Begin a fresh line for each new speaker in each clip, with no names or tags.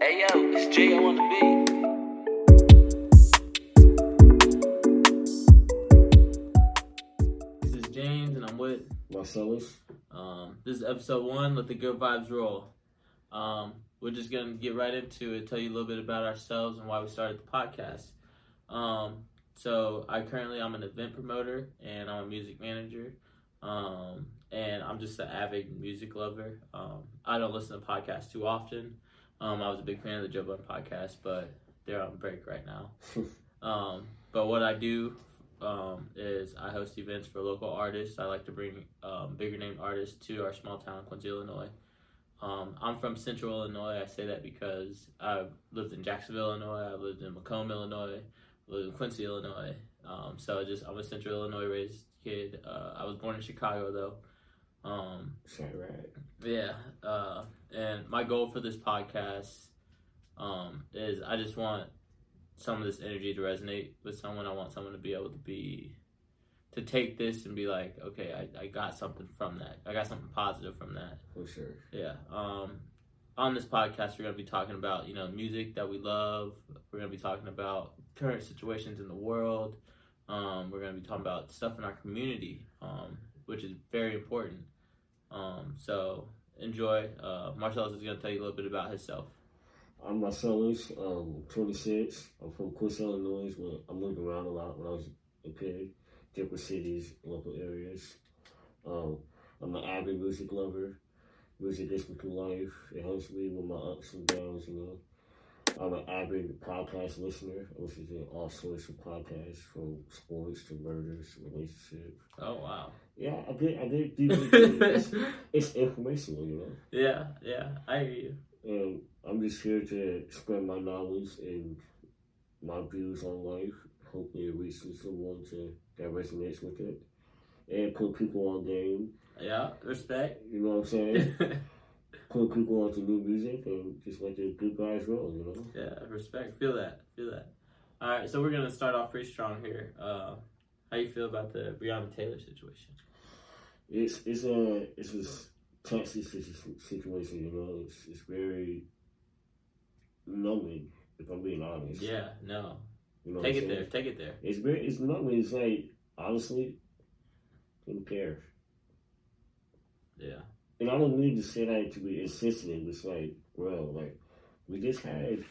Hey yo, it's J O on the beat.
This is James, and I'm with.
Marcellus.
Um, this is episode one. Let the good vibes roll. Um, we're just gonna get right into it. Tell you a little bit about ourselves and why we started the podcast. Um, so I currently I'm an event promoter and I'm a music manager. Um, and I'm just an avid music lover. Um, I don't listen to podcasts too often. Um, I was a big fan of the Joe Budden podcast, but they're on break right now. Um, but what I do um, is I host events for local artists. I like to bring um, bigger name artists to our small town, Quincy, Illinois. Um, I'm from Central Illinois. I say that because I've lived in Jacksonville, Illinois. I've lived in Macomb, Illinois. I lived in Quincy, Illinois. Um, so just I'm a Central Illinois raised kid. Uh, I was born in Chicago though. Um,
Sorry, right.
yeah. Uh, and my goal for this podcast um, is I just want some of this energy to resonate with someone. I want someone to be able to be, to take this and be like, okay, I, I got something from that. I got something positive from that.
For sure.
Yeah. Um, on this podcast, we're going to be talking about, you know, music that we love. We're going to be talking about current situations in the world. Um, we're going to be talking about stuff in our community, um, which is very important. Um, so enjoy. Uh, Marcellus is going to tell you a little bit about himself.
I'm Marcellus. Um, 26. I'm from Quincy, Illinois. Where I moved around a lot when I was a kid. Different cities, local areas. Um, I'm an avid music lover. Music gets me through life. It helps me with my ups and downs. You know, I'm an avid podcast listener. I listen to all sorts of podcasts, from sports to murders, to relationship.
Oh, wow.
Yeah, I did. I did. deep into it. it's, it's informational, you know.
yeah, yeah, I hear you.
And Um, I'm just here to spread my knowledge and my views on life. Hopefully, it reaches someone to, that resonates with it. And put people on game.
Yeah, respect.
You know what I'm saying? put people onto new music and just let the good guys roll, you know?
Yeah, respect. Feel that. Feel that. All right, so we're gonna start off pretty strong here. Uh, how you feel about the Breonna Taylor situation?
It's it's a it's a toxic situ- situation, you know? It's, it's very numbing, if I'm being honest.
Yeah, no.
You know
Take
what
it
I'm
there.
saying?
Take it there.
It's very, it's nothing. It's like honestly, don't care.
Yeah,
And I don't mean to say that to be insensitive. It's like, bro, like we just had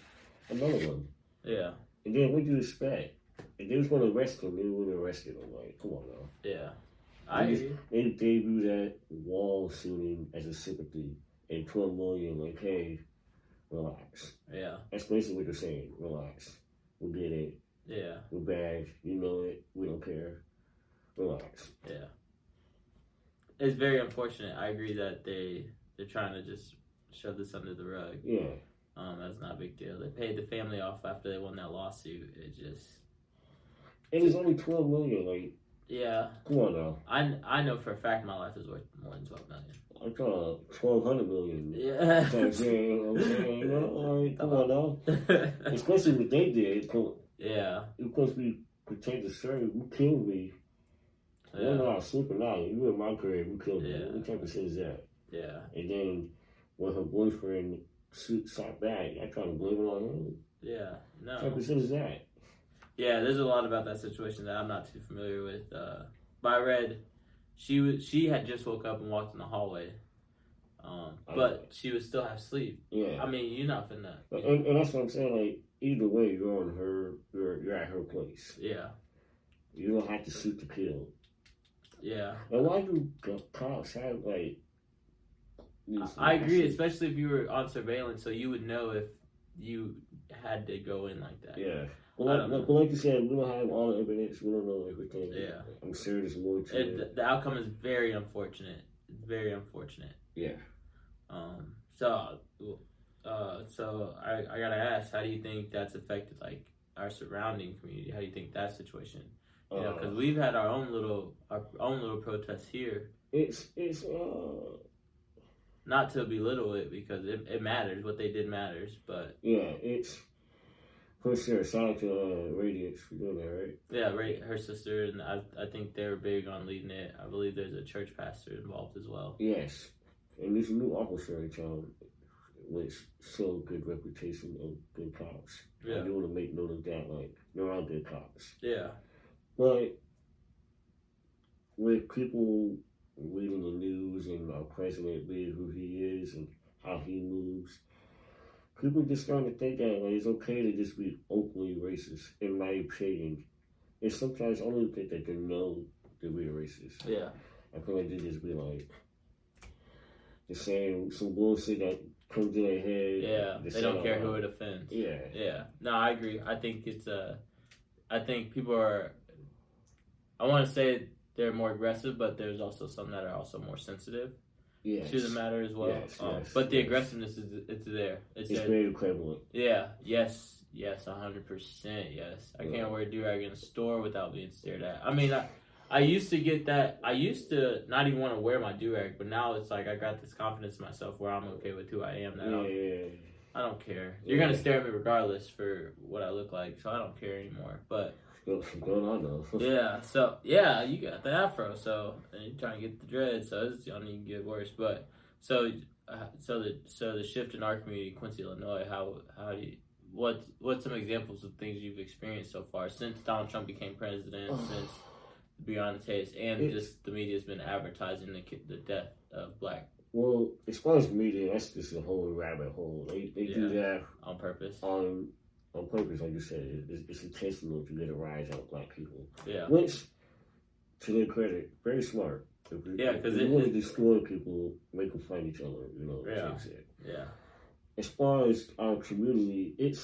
another one,
yeah,
and then what do you expect? If they was gonna arrest him, they would have arrested him. Like, come on now.
yeah. I hear you.
They debuted that wall shooting as a sympathy and twelve million. Like, hey, relax.
Yeah,
That's basically what they're saying. Relax. We did it.
yeah,
We're bad. You know it. We don't care. Relax.
yeah. It's very unfortunate. I agree that they they're trying to just shove this under the rug.
Yeah.
Um, that's not a big deal. They paid the family off after they won that lawsuit. It just
It was only twelve million. Like,
yeah.
come on now.
I I know for a fact my life is worth more than twelve million.
I'm talking twelve hundred million.
Yeah.
So, yeah, you know what I'm saying? You know, all right, come on now.
yeah.
Especially what they did. co-
yeah.
Of course, we pretend to serve. You killed me. We're not sleeping out. You in my grave. You killed me.
Yeah.
What type of shit is that?
Yeah.
And then when her boyfriend shoot, shot back, I try to blame it on him.
Yeah.
What type
No.
of shit is that?
Yeah, there's a lot about that situation that I'm not too familiar with. Uh, but I read she was she had just woke up and walked in the hallway. Um, but she was still half asleep.
Yeah.
I mean, you're not finna.
and, and that's what I'm saying. Like either way, you're on her. You're you're at her place.
Yeah.
You don't have to shoot to kill.
Yeah.
And why do the cops have like? these
I I agree,
massive-
especially if you were on surveillance, so you would know if you had to go in like that.
Yeah.
I
Well,
don't
like,
know.
but like you said, we don't have all the evidence. We don't know everything.
Yeah.
I'm sure there's more to
It,
it.
the- the outcome is very unfortunate. Very unfortunate.
Yeah.
Um, so, uh, so I, I gotta ask, how do you think that's affected like our surrounding community? How do you think that situation? You know, because
Uh,
we've had our own little our own little protests here.
it's it's uh
Not to belittle it because it, it matters. What they did matters, but
yeah it's for sure. Shout out to uh, Radiance for doing that, right?
yeah, right. Her sister and I, I think they were big on leading it. I believe there's a church pastor involved as well.
Yes. And this new officer in town, which show good reputation of good cops. I
Yeah.
do want to make note of that. Like there are good cops,
Yeah.
but with people reading the news and our president being who he is and how he moves, people just starting to think that like, it's okay to just be openly racist. In my opinion, and sometimes I don't even think that they know that we're racist.
Yeah.
I feel like they just be like the same some bullshit that comes in their head.
Yeah. They don't care who it offends.
Yeah.
Yeah. No, I agree. I think it's uh I think people are I wanna say they're more aggressive, but there's also some that are also more sensitive
Yes.
to the matter as well.
Yes,
um,
yes,
but the
yes.
aggressiveness is it's there. It's,
It's
there.
very prevalent.
Yeah. Yes. Yes. A hundred percent. Yes. I
Yeah.
can't wear a do rag in a store without being stared at. I mean, I, I used to get that. I used to not even want to wear my do rag, but now it's like I got this confidence in myself where I'm okay with who I am. That I don't-
Yeah.
I don't care. You're gonna
Yeah.
stare at me regardless for what I look like, so I don't care anymore. But
Well, Going on though.
yeah. So yeah, you got the afro. So and you're trying to get the dread. So it's only gonna get worse. But so uh, so the so the shift in our community, Quincy, Illinois. How how do you what what's some examples of things you've experienced so far since Donald Trump became president? since Breonna Tate's and
It-
just the media's been advertising the ki- the death of black
Well, as far as media, that's just a whole rabbit hole. They they do
Yeah.
that
on purpose.
on on purpose, like you said. It's, it's intentional to get a rise out of black people,
Yeah.
which, to their credit, very smart. If you-
Yeah,
if
'cause
you
it-
want
it-
to destroy people, make them fight each other. You know,
Yeah.
fix it.
Yeah.
as far as our community, it's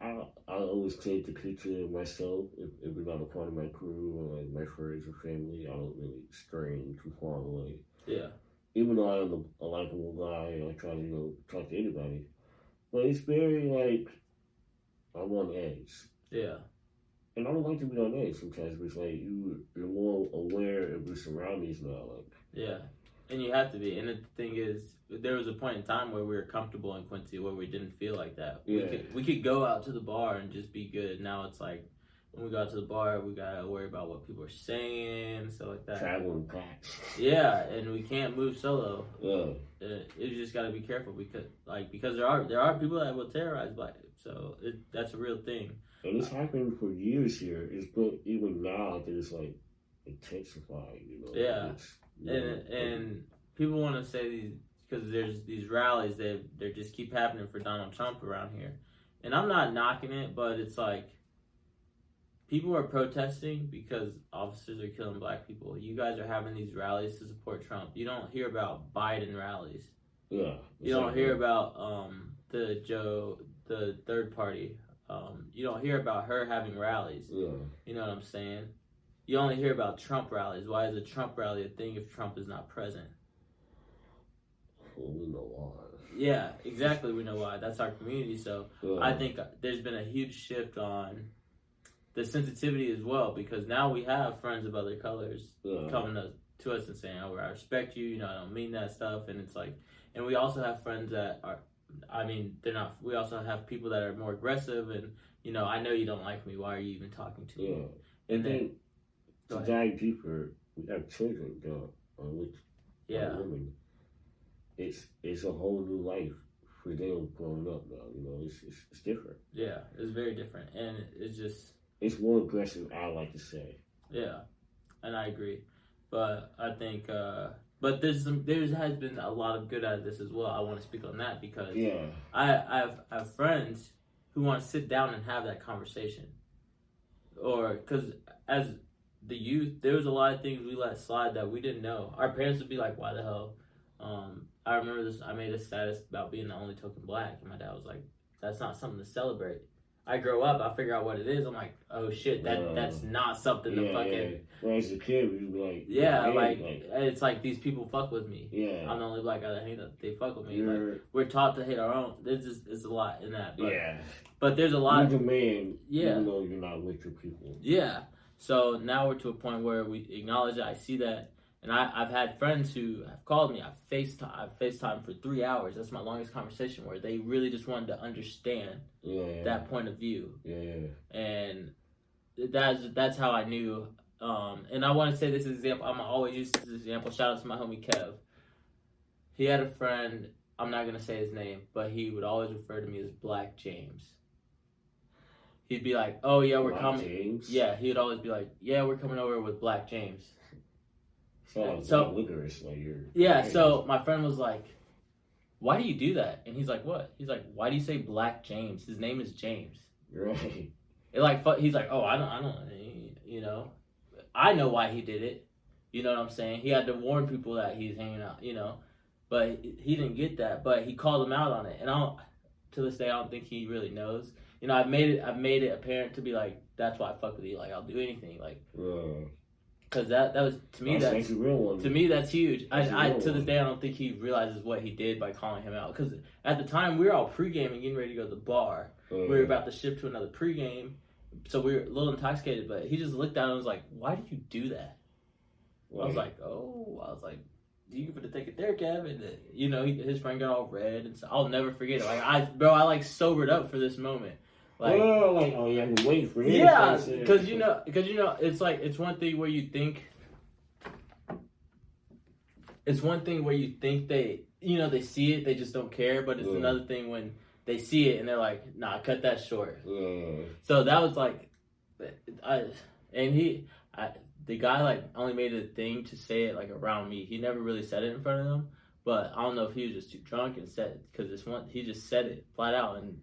I I always take the picture of myself if, if it's not a part of my crew or like my friends or family. I don't really strain too far away.
Yeah.
Even though I'm a, a likable guy and I try to you know talk to anybody, but it's very like I'm on edge,
Yeah.
and I don't like to be on edge sometimes. But it's like you you're more aware of your surroundings now. Like
Yeah, and you have to be. And the thing is, there was a point in time where we were comfortable in Quincy, where we didn't feel like that. We
Yeah.
could we could go out to the bar and just be good. Now it's like when we go out to the bar, we gotta worry about what people are saying, stuff like that.
traveling packs.
Yeah, and we can't move solo.
Yeah.
Uh, you just gotta be careful because, like, because there are there are people that will terrorize black. So it, that's a real thing.
And it's happened for years here. It's but even now that it's like intensifying, you know.
Yeah.
It's, you know,
and and people want to say these because there's these rallies that they just keep happening for Donald Trump around here, and I'm not knocking it, but it's like people are protesting because officers are killing black people. You guys are having these rallies to support Trump. You don't hear about Biden rallies.
yeah.
You don't
exactly.
hear about um, the Joe the third party. Um, you don't hear about her having rallies.
Yeah.
You know what I'm saying? You only hear about Trump rallies. Why is a Trump rally a thing if Trump is not present?
Well, we know
Yeah, exactly. We know why. That's our community. So
why. Yeah.
I think there's been a huge shift on the sensitivity as well because now we have friends of other colors
yeah.
coming to, to us and saying, "Oh, I respect you. You know, I don't mean that stuff." And it's like, and we also have friends that are, I mean, they're not. We also have people that are more aggressive and you know, I know you don't like me. Why are you even talking to
Yeah.
me?
And
And then,
then
go
to
ahead.
dive deeper, we have children that are with
yeah,
women. It's it's a whole new life for them growing up now, you know, it's it's, it's different.
yeah, it's very different, and it's just.
It's more aggressive, I like to say.
Yeah, and I agree, but I think, uh, but there's some, there has been a lot of good out of this as well. I want to speak on that because
Yeah.
I I have, I have friends who want to sit down and have that conversation, or because as the youth, there was a lot of things we let slide that we didn't know. Our parents would be like, "Why the hell?" Um, I remember this. I made a status about being the only token black, and my dad was like, "That's not something to celebrate." I grow up, I figure out what it is. I'm like, "Oh shit, that
Yeah.
that's not something to
yeah,
fucking."
yeah. Well, as a kid, we were like,
Yeah,
man,
like, it's like these people fuck with me.
yeah.
I'm the only black guy that hate that they fuck with me. Like,
You're-
we're taught to hate our own. There's just it's a lot in that. But,
yeah.
but there's a lot.
You're the man,
Yeah.
even though you're not with your people.
Yeah. So now we're to a point where we acknowledge it. I see that, and I, I've had friends who have called me. I FaceTime, I've FaceTime for three hours. That's my longest conversation where they really just wanted to understand
Yeah.
that point of view
Yeah.
and that's that's how I knew. Um, and I want to say this example. I'm always use this example. Shout out to my homie Kev. He had a friend. I'm not gonna say his name, but he would always refer to me as Black James. He'd be like, "Oh yeah, we're
Black
coming."
James.
Yeah, he would always be like, "Yeah, we're coming over with Black James."
So, like,
So-
black licorice, like you're.
Yeah, so my friend was like, "Why do you do that?" And he's like, "What?" He's like, "Why do you say Black James? His name is James."
You're right.
It like fu- he's like, "Oh, I don't, I don't, eh, you know, I know why he did it." You know what I'm saying? He had to warn people that he's hanging out, you know, but he didn't get that. But he called them out on it, and I don't. To this day, I don't think he really knows. You know, I've made it. I've made it apparent to be like, that's why I fuck with you. Like, I'll do anything. Like,
Uh,
cause that that was to me
that's,
that's
that's a real one.
to me, that's huge.
Oh, That's a
I, I
real
to this
one.
day, I don't think he realizes what he did by calling him out. Because at the time, we were all pre-gaming, getting ready to go to the bar.
Uh,
We were about to shift to another pre-game, so we were a little intoxicated. But he just looked down and was like, "Why did you do that?"
Uh,
I was like, "Oh," I was like, "You could have taken there, Kevin." And, You know, he, his friend got all red, and so I'll never forget it. Like I, bro, I like sobered up for this moment. Like,
oh, like, oh, yeah, you wait for it.
yeah, because you know, because you know, it's like it's one thing where you think, it's one thing where you think they, you know, they see it, they just don't care. But it's
Yeah.
another thing when they see it and they're like, "Nah, cut that short."
Uh,
So that was like, I and he, I the guy like only made it a thing to say it like around me. He never really said it in front of them, but I don't know if he was just too drunk and said because this one he just said it flat out and.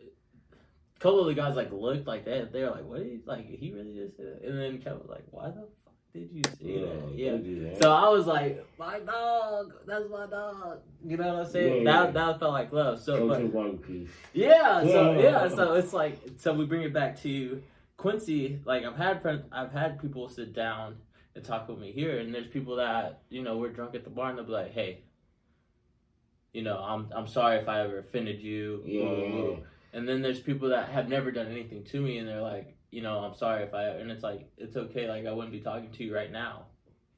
A couple of the guys like looked like that. They were like, "What? Did he, like he really just?" Said it? And then Kevin was like, "Why the fuck did you say
Oh,
that?" Yeah.
don't do that.
So I was like, "My dog, that's my dog." You know what I'm saying?
Yeah.
That that felt like love. So,
Come
but
to one piece.
yeah, so
Yeah.
yeah, so it's like so we bring it back to Quincy. Like I've had friends, I've had people sit down and talk with me here, and there's people that you know we're drunk at the bar and they'll be like, hey, you know, I'm I'm sorry if I ever offended you. blah, blah, blah.
Yeah.
And then there's people that have never done anything to me, and they're like, you know, I'm sorry if I. And it's like it's okay, like I wouldn't be talking to you right now.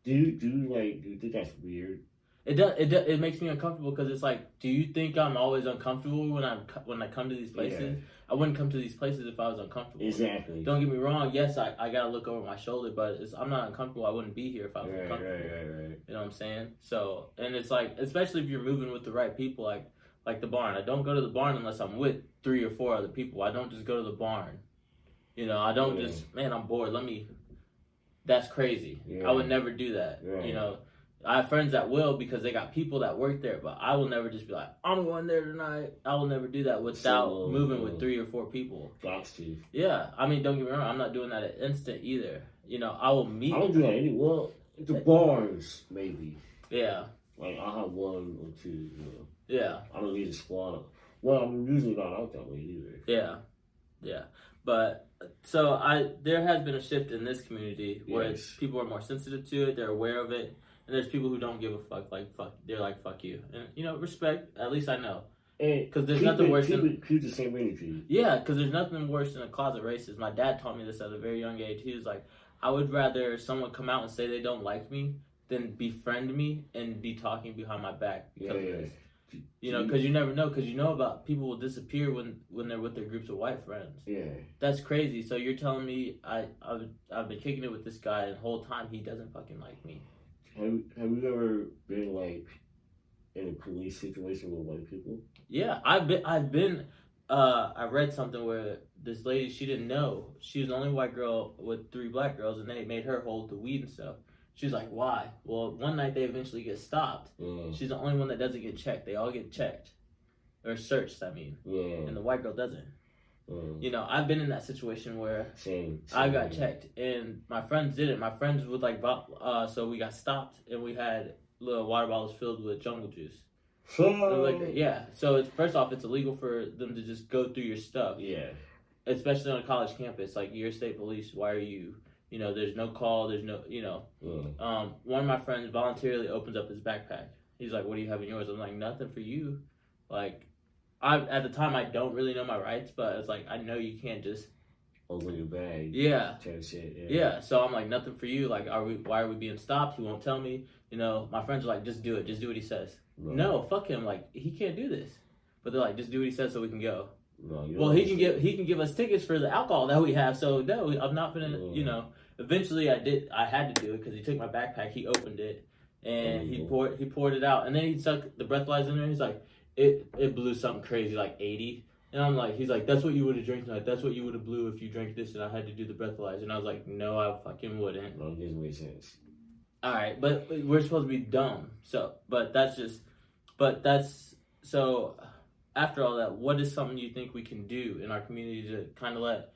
Do you, do you, like, do you think that's weird?
It does. It, do, it makes me uncomfortable because it's like, do you think I'm always uncomfortable when I'm co- when I come to these places? I wouldn't come to these places if I was uncomfortable.
Exactly.
Don't get me wrong. Yes, I, I gotta look over my shoulder, but it's, I'm not uncomfortable. I wouldn't be here if I was
right, right,
uncomfortable.
right, right.
You know what I'm saying? So, and it's like, especially if you're moving with the right people, like like the barn. I don't go to the barn unless I'm with three or four other people. I don't just go to the barn. You know, I don't
Yeah.
just man. I'm bored. Let me. That's crazy.
Yeah.
I would never do that.
Yeah.
You know, I have friends that will because they got people that work there, but I will never just be like, I'm going there tonight. I will never do that without
Solo.
moving with three or four people.
Got to.
Yeah, I mean, don't get me wrong. I'm not doing that at instant either. You know, I will
I
meet.
don't do that any. Well, the bars, maybe.
Yeah,
Like, I have one or two, you know.
yeah,
I don't need a squad up. Well, I'm usually not out that way either.
yeah, yeah. But so I, there has been a shift in this community where
Yes.
people are more sensitive to it. They're aware of it, and there's people who don't give a fuck. Like fuck, they're like fuck you, and you know, respect. At least I know.
And
'Cause there's
keep
nothing
it-
worse
keep
than-
it- keep the same energy.
Yeah, because there's nothing worse than a closet racist. My dad taught me this at a very young age. He was like, I would rather someone come out and say they don't like me than befriend me and be talking behind my back because of
Yeah.
this. You know, because you never know. Because you know about people will disappear when when they're with their groups of white friends.
Yeah.
That's crazy. So you're telling me I I've, I've been kicking it with this guy and the whole time he doesn't fucking like me.
Have Have you ever been like in a police situation with white people?
Yeah, I've been I've been uh I read something where this lady she didn't know she was the only white girl with three black girls and they made her hold the weed and stuff. She's like, why? Well, one night they eventually get stopped.
Yeah.
She's the only one that doesn't get checked. They all get checked or searched. I mean,
Yeah.
and the white girl doesn't.
yeah.
You know, I've been in that situation where
Same.
I
same,
got
yeah.
checked, and my friends did it. My friends would like, bo- uh, so we got stopped, and we had little water bottles filled with jungle juice.
So,
And
Oh.
liquor. Yeah. So it's first off, it's illegal for them to just go through your stuff,
Yeah.
especially on a college campus. Like your state police, why are you? You know, there's no call. There's no, you know.
Yeah.
Um, one of my friends voluntarily opens up his backpack. He's like, "What do you have in yours?" I'm like, "Nothing for you." Like, I at the time I don't really know my rights, but it's like I know you can't just.
Open your bag.
Yeah.
Type shit. Yeah.
Yeah, so I'm like, nothing for you. Like, are we? Why are we being stopped? He won't tell me. You know, my friends are like, just do it. Just do what he says. No, fuck him. Like, he can't do this. But they're like, just do what he says, so we can go.
No, you
Well,
don't
he can
get-
give he can give us tickets for the alcohol that we have. So no, I'm not gonna.
Yeah.
You know, eventually I did. I had to do it because he took my backpack. He opened it. and he
Mhm.
poured he poured it out, and then he sucked the breathalyzer in there. He's like, it it blew something crazy, like eighty. And I'm like, he's like, that's what you would have drank tonight. That's what you would have blew if you drank this, and I had to do the breathalyzer. And I was like, no, I fucking wouldn't.
Well, it gives me a chance.
All right, but we're supposed to be dumb. So, but that's just, but that's so. After all that, what is something you think we can do in our community to kind of let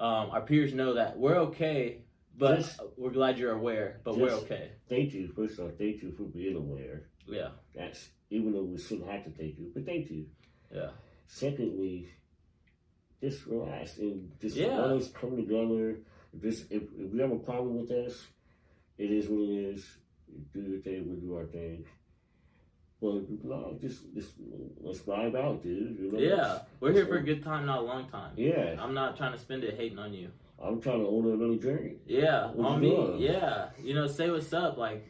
um, our peers know that we're okay, but
Just-
we're glad you're aware, but we're
just-
okay.
Thank you, first off, thank you for being aware.
Yeah,
That's even though we shouldn't have to thank you, but thank you.
yeah,
Secondly, just relax and just
Yeah.
let us come together. If, this, if, if we have a problem with us, it is what it is. Do your thing, we do our thing. But no, just, just let's vibe out, dude. You know?
yeah. We're here for a
so-
good time, not a long time.
Yeah.
I'm not trying to spend it hating on you.
I'm trying to own another journey.
Yeah,
What
on
you
me.
doing?
Yeah, you know, say what's up. Like,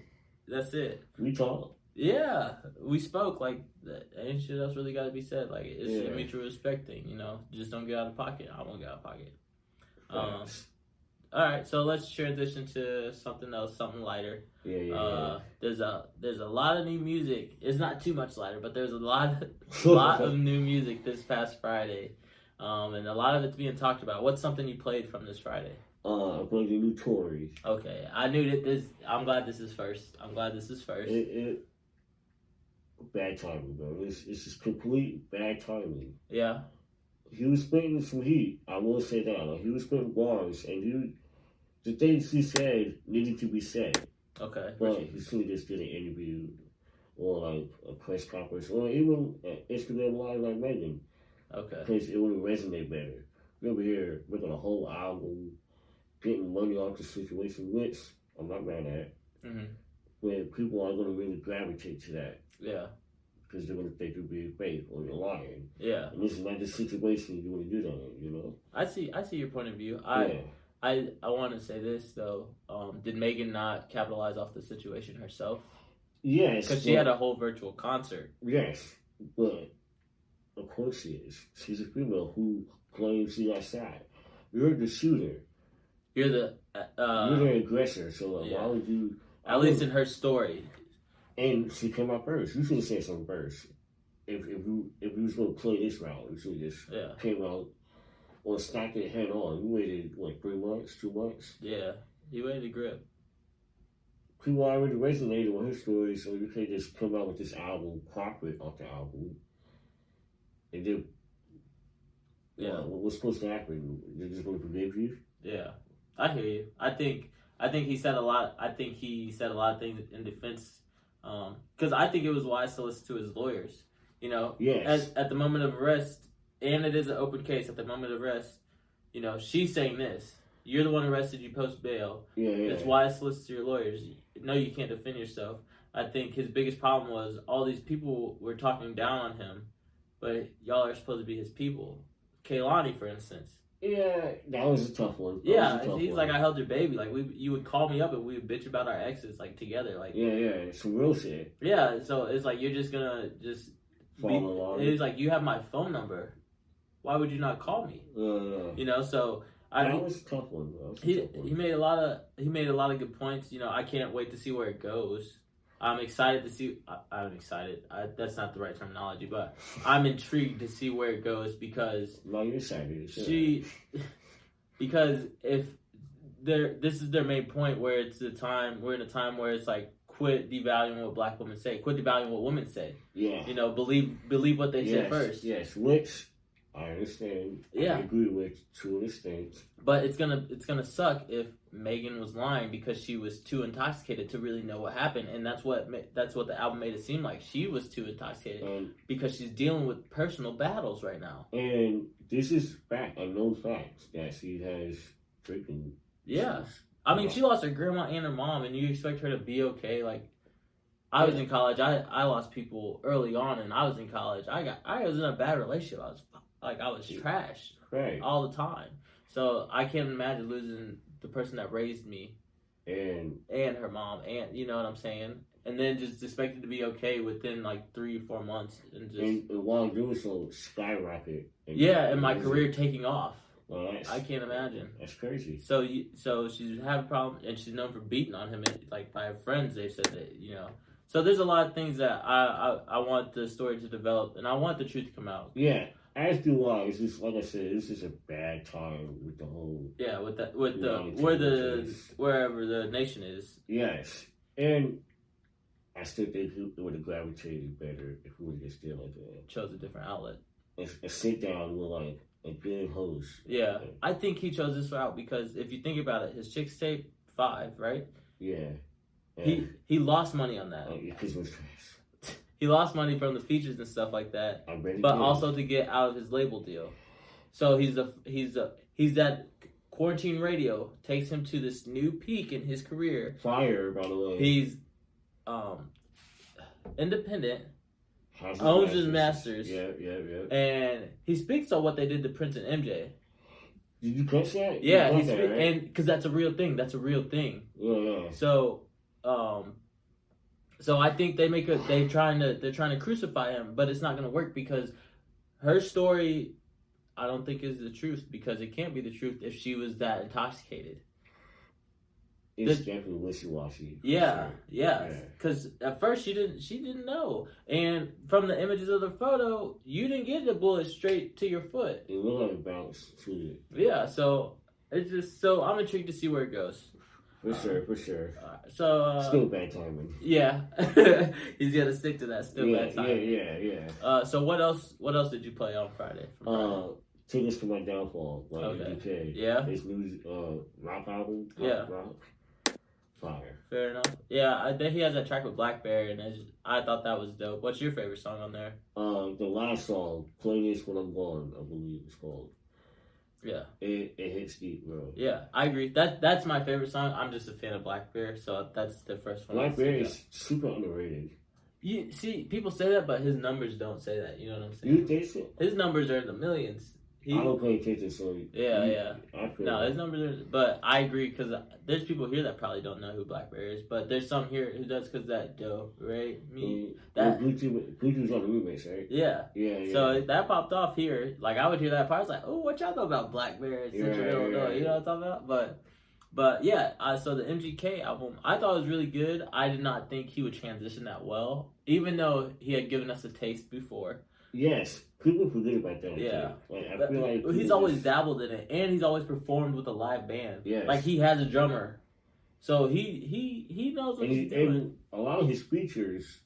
that's it.
We talk.
Yeah, we spoke. Like, that ain't shit else really got to be said. Like, it's
Yeah.
a mutual respect thing. You know, just don't get out of pocket. I won't get out of pocket. Um, all right, so let's transition to something else, something lighter.
yeah, yeah.
Uh, there's a there's a lot of new music. It's not too much lighter, but there's a lot a
yeah.
lot of new music this past Friday, um, and a lot of it's being talked about. What's something you played from this Friday?
uh, I'm going to new Tory.
Okay, I knew that this. I'm glad this is first. I'm glad this is first.
It, it bad timing, bro. It's it's just complete bad timing.
yeah,
He was spitting some heat. I will say that like, he was spitting bars, and he the things he said needed to be said.
okay.
But he should have just did an interview or like a press conference or even an Instagram live like Megan.
Okay.
because it would resonate better. We over here making a whole album, getting money off the situation, which I'm not mad at.
Mhm.
When people are going to really gravitate to that
Yeah,
because they're going to think you're being fake or you're lying.
yeah.
And this is not the situation you want to do that in, you know?
I see. I see your point of view. I
yeah.
I I want to say this though. Um, did Megan not capitalize off the situation herself?
Yes.
Because she
but-
had a whole virtual concert.
Yes, but of course she is. She's a female who claims she got shot. You're the shooter.
You're the uh, uh,
you're the aggressor. So like,
yeah.
why would you? Oh,
At least in her story.
And she came out first. You should have said something first. If if you if you was gonna play this route, you should just
Yeah.
came out or stacked it head on. You waited like three months, two months.
Yeah. He waited to grip.
People already resonated with her story, so you can't just come out with this album, profit off the album, and then
Yeah.
uh, what- what's supposed to happen? They're just gonna forgive you.
Yeah. I hear you. I think I think he said a lot I think he said a lot of things in defense um cuz I think it was wise to listen to his lawyers. You know,
Yes,
at, at the moment of arrest and it is an open case at the moment of arrest, you know, she's saying this. You're the one arrested, you post bail.
yeah, yeah.
It's wise to listen to your lawyers. No, you can't defend yourself. I think his biggest problem was all these people were talking down on him, but y'all are supposed to be his people. Kaylani, for instance.
yeah, that was a tough one. That
Yeah,
was Oh, a tough
he's
one.
like, I held your baby. Like, we, you would call me up and we would bitch about our exes, like, together. Like,
yeah, yeah, some real shit.
yeah, so it's like, you're just gonna just. Be,
Follow along.
he's like, you have my phone number. Why would you not call me?
Uh,
You know, so I
that
think
was a tough one. That was a
he
tough one.
he made a lot of he made a lot of good points. You know, I can't wait to see where it goes. I'm excited to see. I, I'm excited. I, that's not the right terminology, but I'm intrigued to see where it goes because
No, you're excited.
she because if there this is their main point where it's the time we're in a time where it's like quit devaluing what black women say, quit devaluing what women say.
yeah.
You know, believe believe what they
yes,
say first.
Yes, which I understand.
Yeah.
I agree with to an extent.
But it's gonna it's gonna suck if Megan was lying because she was too intoxicated to really know what happened, and that's what ma- that's what the album made it seem like. She was too intoxicated
And
because she's dealing with personal battles right now.
and this is fact, a known fact that she has drinking.
Yeah, I mean she lost her grandma and her mom, and you expect her to be okay. Like I was in college, I I lost people early on, and I was in college. I got I was in a bad relationship. I was like I was trashed.
Right.
all the time. So I can't imagine losing the person that raised me
And
and her mom and you know what I'm saying and then just expected to be okay within like three four months and just
and, and while doing so, skyrocket.
yeah and my career taking off
Well, that's,
I can't imagine.
that's crazy.
So you, so she's had a problem, and she's known for beating on him. And, like by her friends, they said that you know. So there's a lot of things that I, I I want the story to develop, and I want the truth to come out.
Yeah, as do I. It's just like I said. This is a bad time with the whole
Yeah, with that with the
Yeah,
where
it's-
the wherever the nation is.
Yes, and I still think he would have gravitated better if we would have still like a,
chose a different outlet.
a, a sit down with like a good host. Uh,
Yeah, I think he chose this route because if you think about it, his chicks tape five, right?
Yeah. Yeah.
He he lost money on that.
Oh, your Christmas dress.
He lost money from the features and stuff like that.
I bet he
but
did.
also to get out of his label deal. So he's a he's a he's that quarantine radio takes him to this new peak in his career.
fire, by the way.
He's um independent
Has
owns his masters.
Yeah, yeah, yeah.
and he speaks on what they did to Prince and MJ.
Did you catch that? You
Yeah,
caught
he
that,
speak-
right?
and because that's a real thing. That's a real thing.
yeah, yeah.
So, um, so I think they make a they trying to they're trying to crucify him, but it's not gonna work because her story, I don't think is the truth because it can't be the truth if she was that intoxicated.
It's
the-
definitely wishy washy.
Yeah, yeah.
Yeah.
Because at first she didn't she didn't know, and from the images of the photo, you didn't get the bullet straight to your foot.
It looked like a bounce to it.
Yeah, so. It's just so I'm intrigued to see where it goes.
For sure, for sure.
Uh, so uh,
still bad timing.
yeah, he's gonna stick to that still
yeah,
that time.
yeah, yeah, yeah.
Uh, so what else? What else did you play on Friday? From Friday?
Uh, tickets for my downfall. Like
Okay.
okay.
yeah,
His new uh, rock album. Pop
Yeah.
Rock. Fire.
fair enough. Yeah, I think he has that track with Blackberry, and it's, I thought that was dope. What's your favorite song on there?
Uh, the last song, "Play This When I'm Gone," I believe it's called.
Yeah,
It, it hits deep, bro.
yeah, I agree. That that's my favorite song. I'm just a fan of Blackberry, so that's the first one. I
Blackberry
see.
is super underrated.
You see, people say that, but his numbers don't say that. You know what I'm
You
saying?
think so?
His numbers are in the millions. He,
I don't play attention, so
Yeah,
you-
yeah.
I feel
no,
that.
his numbers are. But I agree because there's people here that probably don't know who Blackberry is, but there's some here who does because that dope, right? Me,
Mm,
that-
well, Gucci, Gucci was on the roommates, right?
yeah.
Yeah, yeah.
So that popped off here. Like I would hear that part. I was like, "Oh, what y'all know about Blackberry in Central
Yeah, yeah,
Illinois?"
yeah.
You know what I'm talking about? But, but yeah. I, so the MGK album, I thought it was really good. I did not think he would transition that well, even though he had given us a taste before.
yes, people forget about that.
Yeah.
too. like I
But
feel like
he's
people
always
just-
dabbled in it, and he's always performed with a live band.
Yes.
Like he has a drummer, so he he he knows what
and,
he's
he,
doing.
and a lot of his features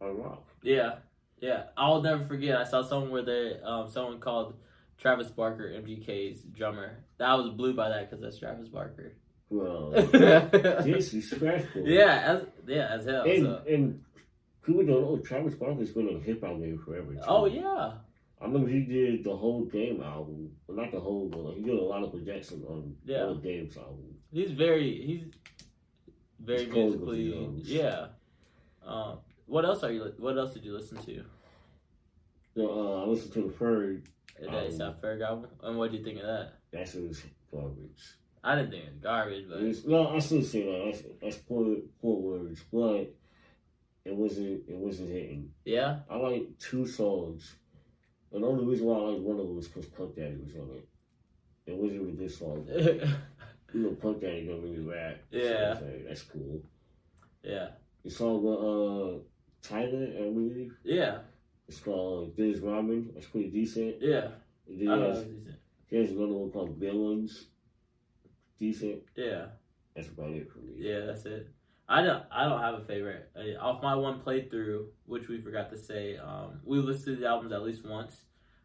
are rock.
Yeah, yeah. I'll never forget. I saw someone where they, um, someone called Travis Barker MGK's drummer. That I was blew by that because that's Travis Barker.
Well,
yeah,
disrespectful.
as, yeah, as hell.
and
so.
and people don't know Travis Barker's been on hip hop game forever. too.
Oh yeah,
I remember he did the whole Game album, well, not the whole, but he did a lot of projections on
Yeah.
all Game's album.
he's very he's very
He's cold with the
musically
drums.
yeah. Um, what else are you? li- What else did you listen to?
So uh, I listened to the third.
That
Um,
South Ferg album, and what do you think of that?
That shit was garbage.
I didn't think it was garbage, but
It's- No, I still say that. That's, that's poor, poor words, but it wasn't. It wasn't hitting.
yeah,
I like two songs, and the only reason why I like one of them was because Punk Daddy was on it. It wasn't even this song. You know, Punk Daddy don't really rap. so
Yeah.
it's like, that's cool.
yeah,
The song with uh, Tyler, I believe.
yeah,
It's called This Ramen. That's pretty decent.
yeah. I
And then
thought it
there's,
was decent.
there's another one called Villains. Decent.
Yeah.
That's about it for me.
Yeah, that's it. I don't. I don't have a favorite. I, off my one playthrough, which we forgot to say, um, we listed the albums at least once.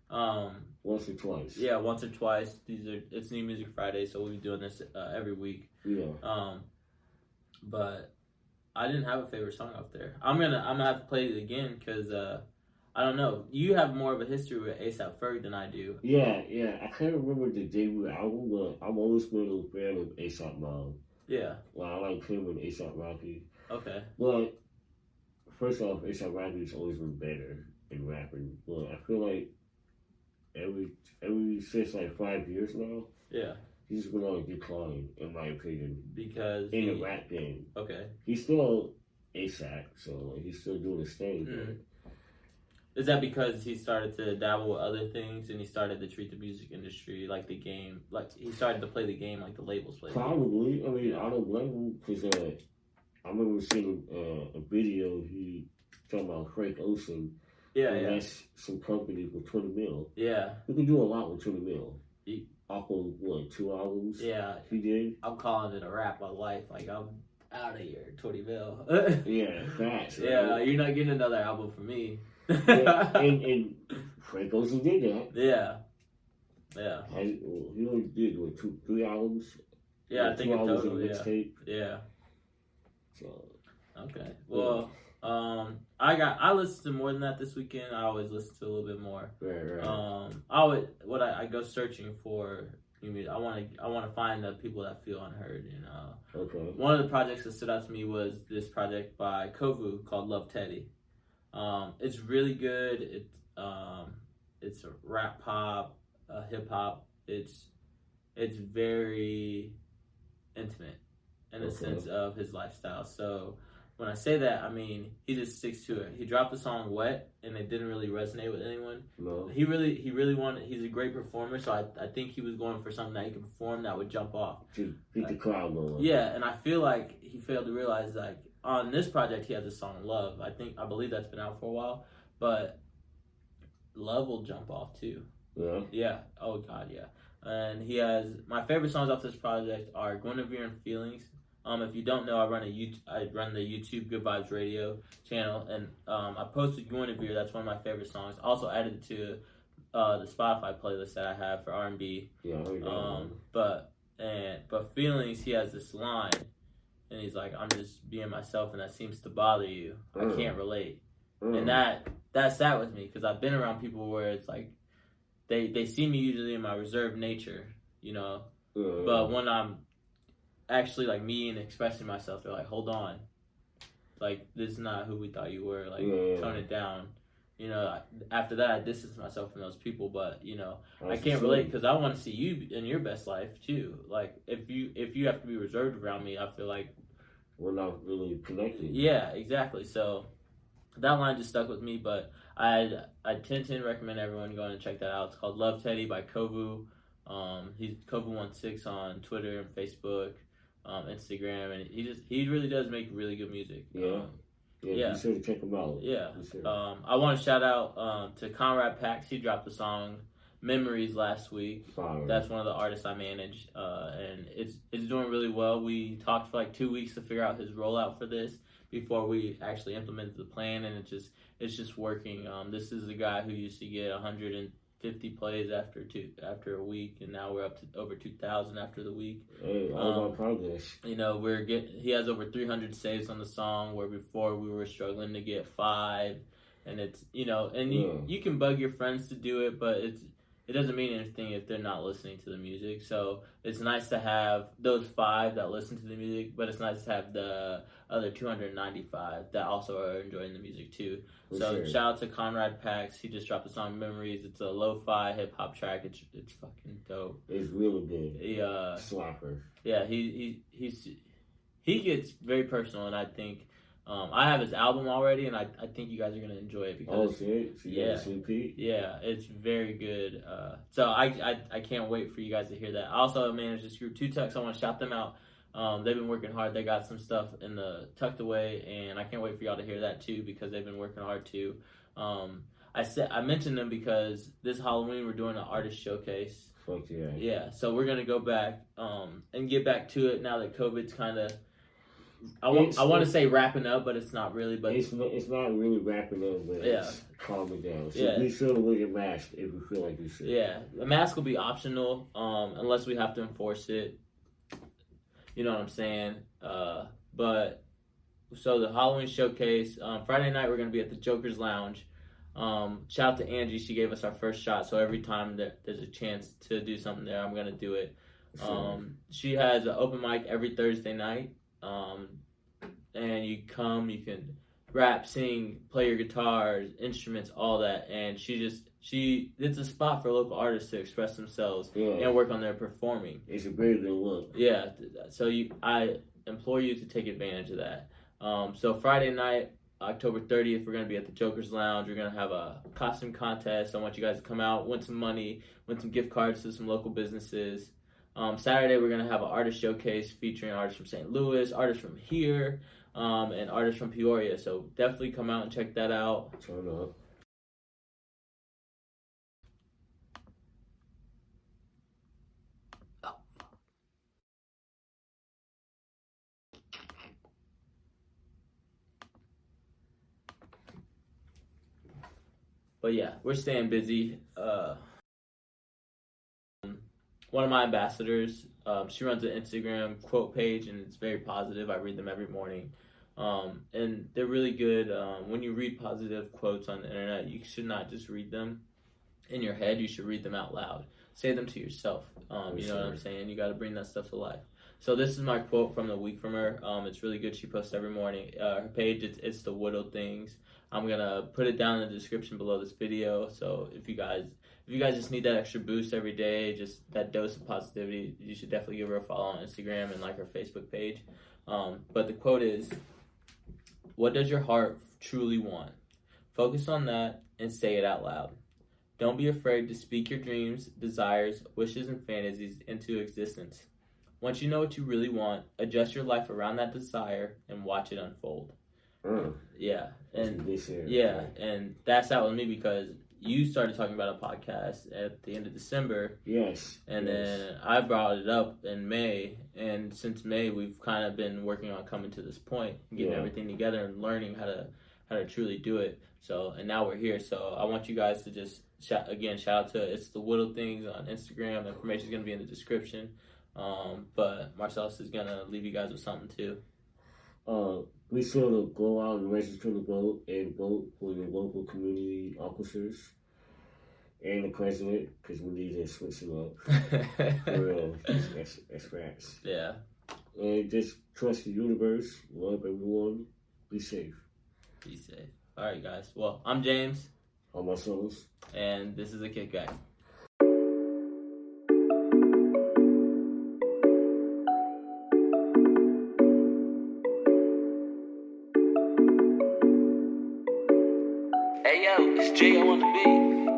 Um,
Once or twice.
yeah, once or twice. These are it's New Music Friday, so we'll be doing this uh, every week.
Yeah.
Um, but I didn't have a favorite song up there. I'm gonna. I'm gonna have to play it again because uh, I don't know. You have more of a history with ASAP Ferg than I do.
Yeah, yeah. I can't remember the debut album, but I've always been a fan of ASAP Mob.
Yeah.
Well, I like him and ASAP Rocky.
Okay.
But first off, ASAP Rocky's always been better in rapping. But I feel like every every since like five years now,
Yeah.
he's been on a decline, in my opinion,
Because
in the
he-
rap game.
okay.
He's still ASAP, so he's still doing his thing.
Mm. Is that because he started to dabble with other things and he started to treat the music industry like the game, like he started to play the game like the labels play? the game?
Probably. I mean, I don't blame him because uh, I remember seeing uh, a video he talking about Frank Ocean.
Yeah,
and
yeah,
That's some company for twenty mil.
yeah,
You can do a lot with twenty mil.
Ye-
Off of what two albums?
yeah.
He did.
I'm calling it a wrap on life. Like I'm out of here, twenty mil.
Yeah, facts. right?
yeah, you're not getting another album from me.
Yeah, and, and Frank Ocean did that.
yeah, yeah,
Has- well, He only did what two, three albums.
yeah. I
Two
think in
albums
total,
and a
yeah,
mixtape.
yeah.
So
Okay. Well, um, I got I listened to more than that this weekend. I always listen to a little bit more.
right, right.
Um, I would what I, I go searching for new music. I want to I want to find the people that feel unheard. And uh,
okay.
one of the projects that stood out to me was this project by Kovu called Love Teddy. Um, it's really good. It's um, it's rap pop, uh, hip hop. It's it's very intimate in a
Okay.
sense of his lifestyle. So when I say that, I mean he just sticks to it. He dropped the song "Wet" and it didn't really resonate with anyone.
No.
He really he really wanted. He's a great performer, so I I think he was going for something that he could perform that would jump off.
To get the crowd going.
Yeah, and I feel like he failed to realize like on this project he has a song Love. I think I believe that's been out for a while, but Love will jump off too.
Yeah.
Yeah. Oh God, yeah. And he has my favorite songs off this project are Guinevere and Feelings. Um, if you don't know, I run a YouTube, I run the YouTube Good Vibes Radio channel, and um, I posted Guinevere. That's one of my favorite songs. Also added it to uh, the Spotify playlist that I have for R and B.
Yeah. I heard that
Um,
one.
but and but feelings, he has this line, and he's like, "I'm just being myself, and that seems to bother you. I
Mm.
can't relate."
Mm.
And that that sat with me because I've been around people where it's like, they they see me usually in my reserved nature, you know.
Mm.
But when I'm actually like me and expressing myself, they're like, "Hold on, like this is not who we thought you were. Like
Yeah.
tone it down." You know, I- after that, I distanced myself from those people. But you know, I
That's
can't
the
relate
same.
because I want to see you in your best life too. Like if you if you have to be reserved around me, I feel like
We're not really connected.
yeah, exactly. So that line just stuck with me. But I I ten ten recommend everyone going and check that out. It's called Love Teddy by Kovu. Um, he's Kovu one six on Twitter and Facebook, um, Instagram, and he just he really does make really good music.
Yeah.
Um,
Yeah.
yeah.
You should check them out.
yeah.
You should.
Um, I want to shout out um, to Conrad Pax. He dropped the song Memories last week.
Fire.
That's one of the artists I manage, uh, and it's it's doing really well. We talked for like two weeks to figure out his rollout for this before we actually implemented the plan, and it just it's just working. Um, this is the guy who used to get 150 plays after two after a week, and now we're up to over 2,000 after the week.
hey, all
um,
about progress.
You know, we're get he has over 300 saves on the song, where before we were struggling to get five, and it's you know, and you
Yeah.
you can bug your friends to do it, but it's it doesn't mean anything if they're not listening to the music. So it's nice to have those five that listen to the music, but it's nice to have the other 295 that also are enjoying the music too.
For
so
sure.
shout out to Conrad Pax. He just dropped the song Memories. It's a lo-fi hip hop track. It's it's fucking dope.
It's really good.
He, uh,
Slapper. Oh,
yeah, he he he's he gets very personal, and I think um, I have his album already, and I, I think you guys are gonna enjoy it
Oh
because
shit. She
yeah.
got a sweet pea?
yeah, it's very good. Uh, so I, I I can't wait for you guys to hear that. I also manage this group Two Tucks. I want to shout them out. Um, they've been working hard. They got some stuff in the tucked away, and I can't wait for y'all to hear that too because they've been working hard too. Um, I said I mentioned them because this Halloween we're doing an artist showcase.
Fuck yeah.
Yeah, so we're gonna go back um, and get back to it now that COVID's kind of. I want
It's-
I want to say wrapping up, but it's not really. But
it's not, it's not really wrapping up, but
Yeah.
it's calming down. So
Yeah.
be sure to wear your mask if you feel like you should.
yeah, the mask will be optional um, unless we have to enforce it. You know what I'm saying? Uh, but so the Halloween showcase um, Friday night, we're gonna be at the Joker's Lounge. Um, shout out to Angie, she gave us our first shot. So every time that there's a chance to do something there, I'm gonna do it.
So,
Um, she has an open mic every Thursday night. Um, and you come, you can rap, sing, play your guitars, instruments, all that. And she just she it's a spot for local artists to express themselves
yeah.
and work on their performing.
it's a better than look.
Yeah, th- so you I implore you to take advantage of that. Um, so Friday night, October 30th, we're going to be at the Joker's Lounge. We're going to have a costume contest. I want you guys to come out, win some money, win some gift cards to some local businesses. Um, Saturday, we're going to have an artist showcase featuring artists from St. Louis, artists from here, um, and artists from Peoria. So definitely come out and check that out.
Turn up.
But yeah, we're staying busy. Uh, um, one of my ambassadors, um, she runs an Instagram quote page, and it's very positive. I read them every morning, um, and they're really good. Um, when you read positive quotes on the internet, you should not just read them in your head. You should read them out loud. Say them to yourself. Um, you know what I'm saying? You got to bring that stuff to life. So this is my quote from the week from her. Um, it's really good. She posts every morning. Uh, her page, it's, it's the Woodle Things. I'm gonna put it down in the description below this video. So if you guys if you guys just need that extra boost every day, just that dose of positivity, you should definitely give her a follow on Instagram and like her Facebook page. Um, but the quote is, "What does your heart truly want? Focus on that and say it out loud. Don't be afraid to speak your dreams, desires, wishes, and fantasies into existence. Once you know what you really want, adjust your life around that desire and watch it unfold."
Uh,
Yeah,
that's
and
this here.
yeah, and that's out with me because you started talking about a podcast at the end of December,
Yes.
and
yes.
then I brought it up in May, and since May we've kind of been working on coming to this point, getting
Yeah.
everything together, and learning how to how to truly do it. So, and now we're here. So, I want you guys to just shout again. Shout out to it's the Whittle Things on Instagram. The information is gonna be in the description. Um, but Marcellus is gonna leave you guys with something too.
uh, be sure to go out and register to vote and vote for your local community officers and the president because we need to switch them up. For real. that's, that's facts.
yeah.
And just trust the universe, love everyone, be safe.
Be safe. All right, guys. Well, I'm James,
On my souls.
and this is a kickback.
Hey yo, it's J.O. on the beat.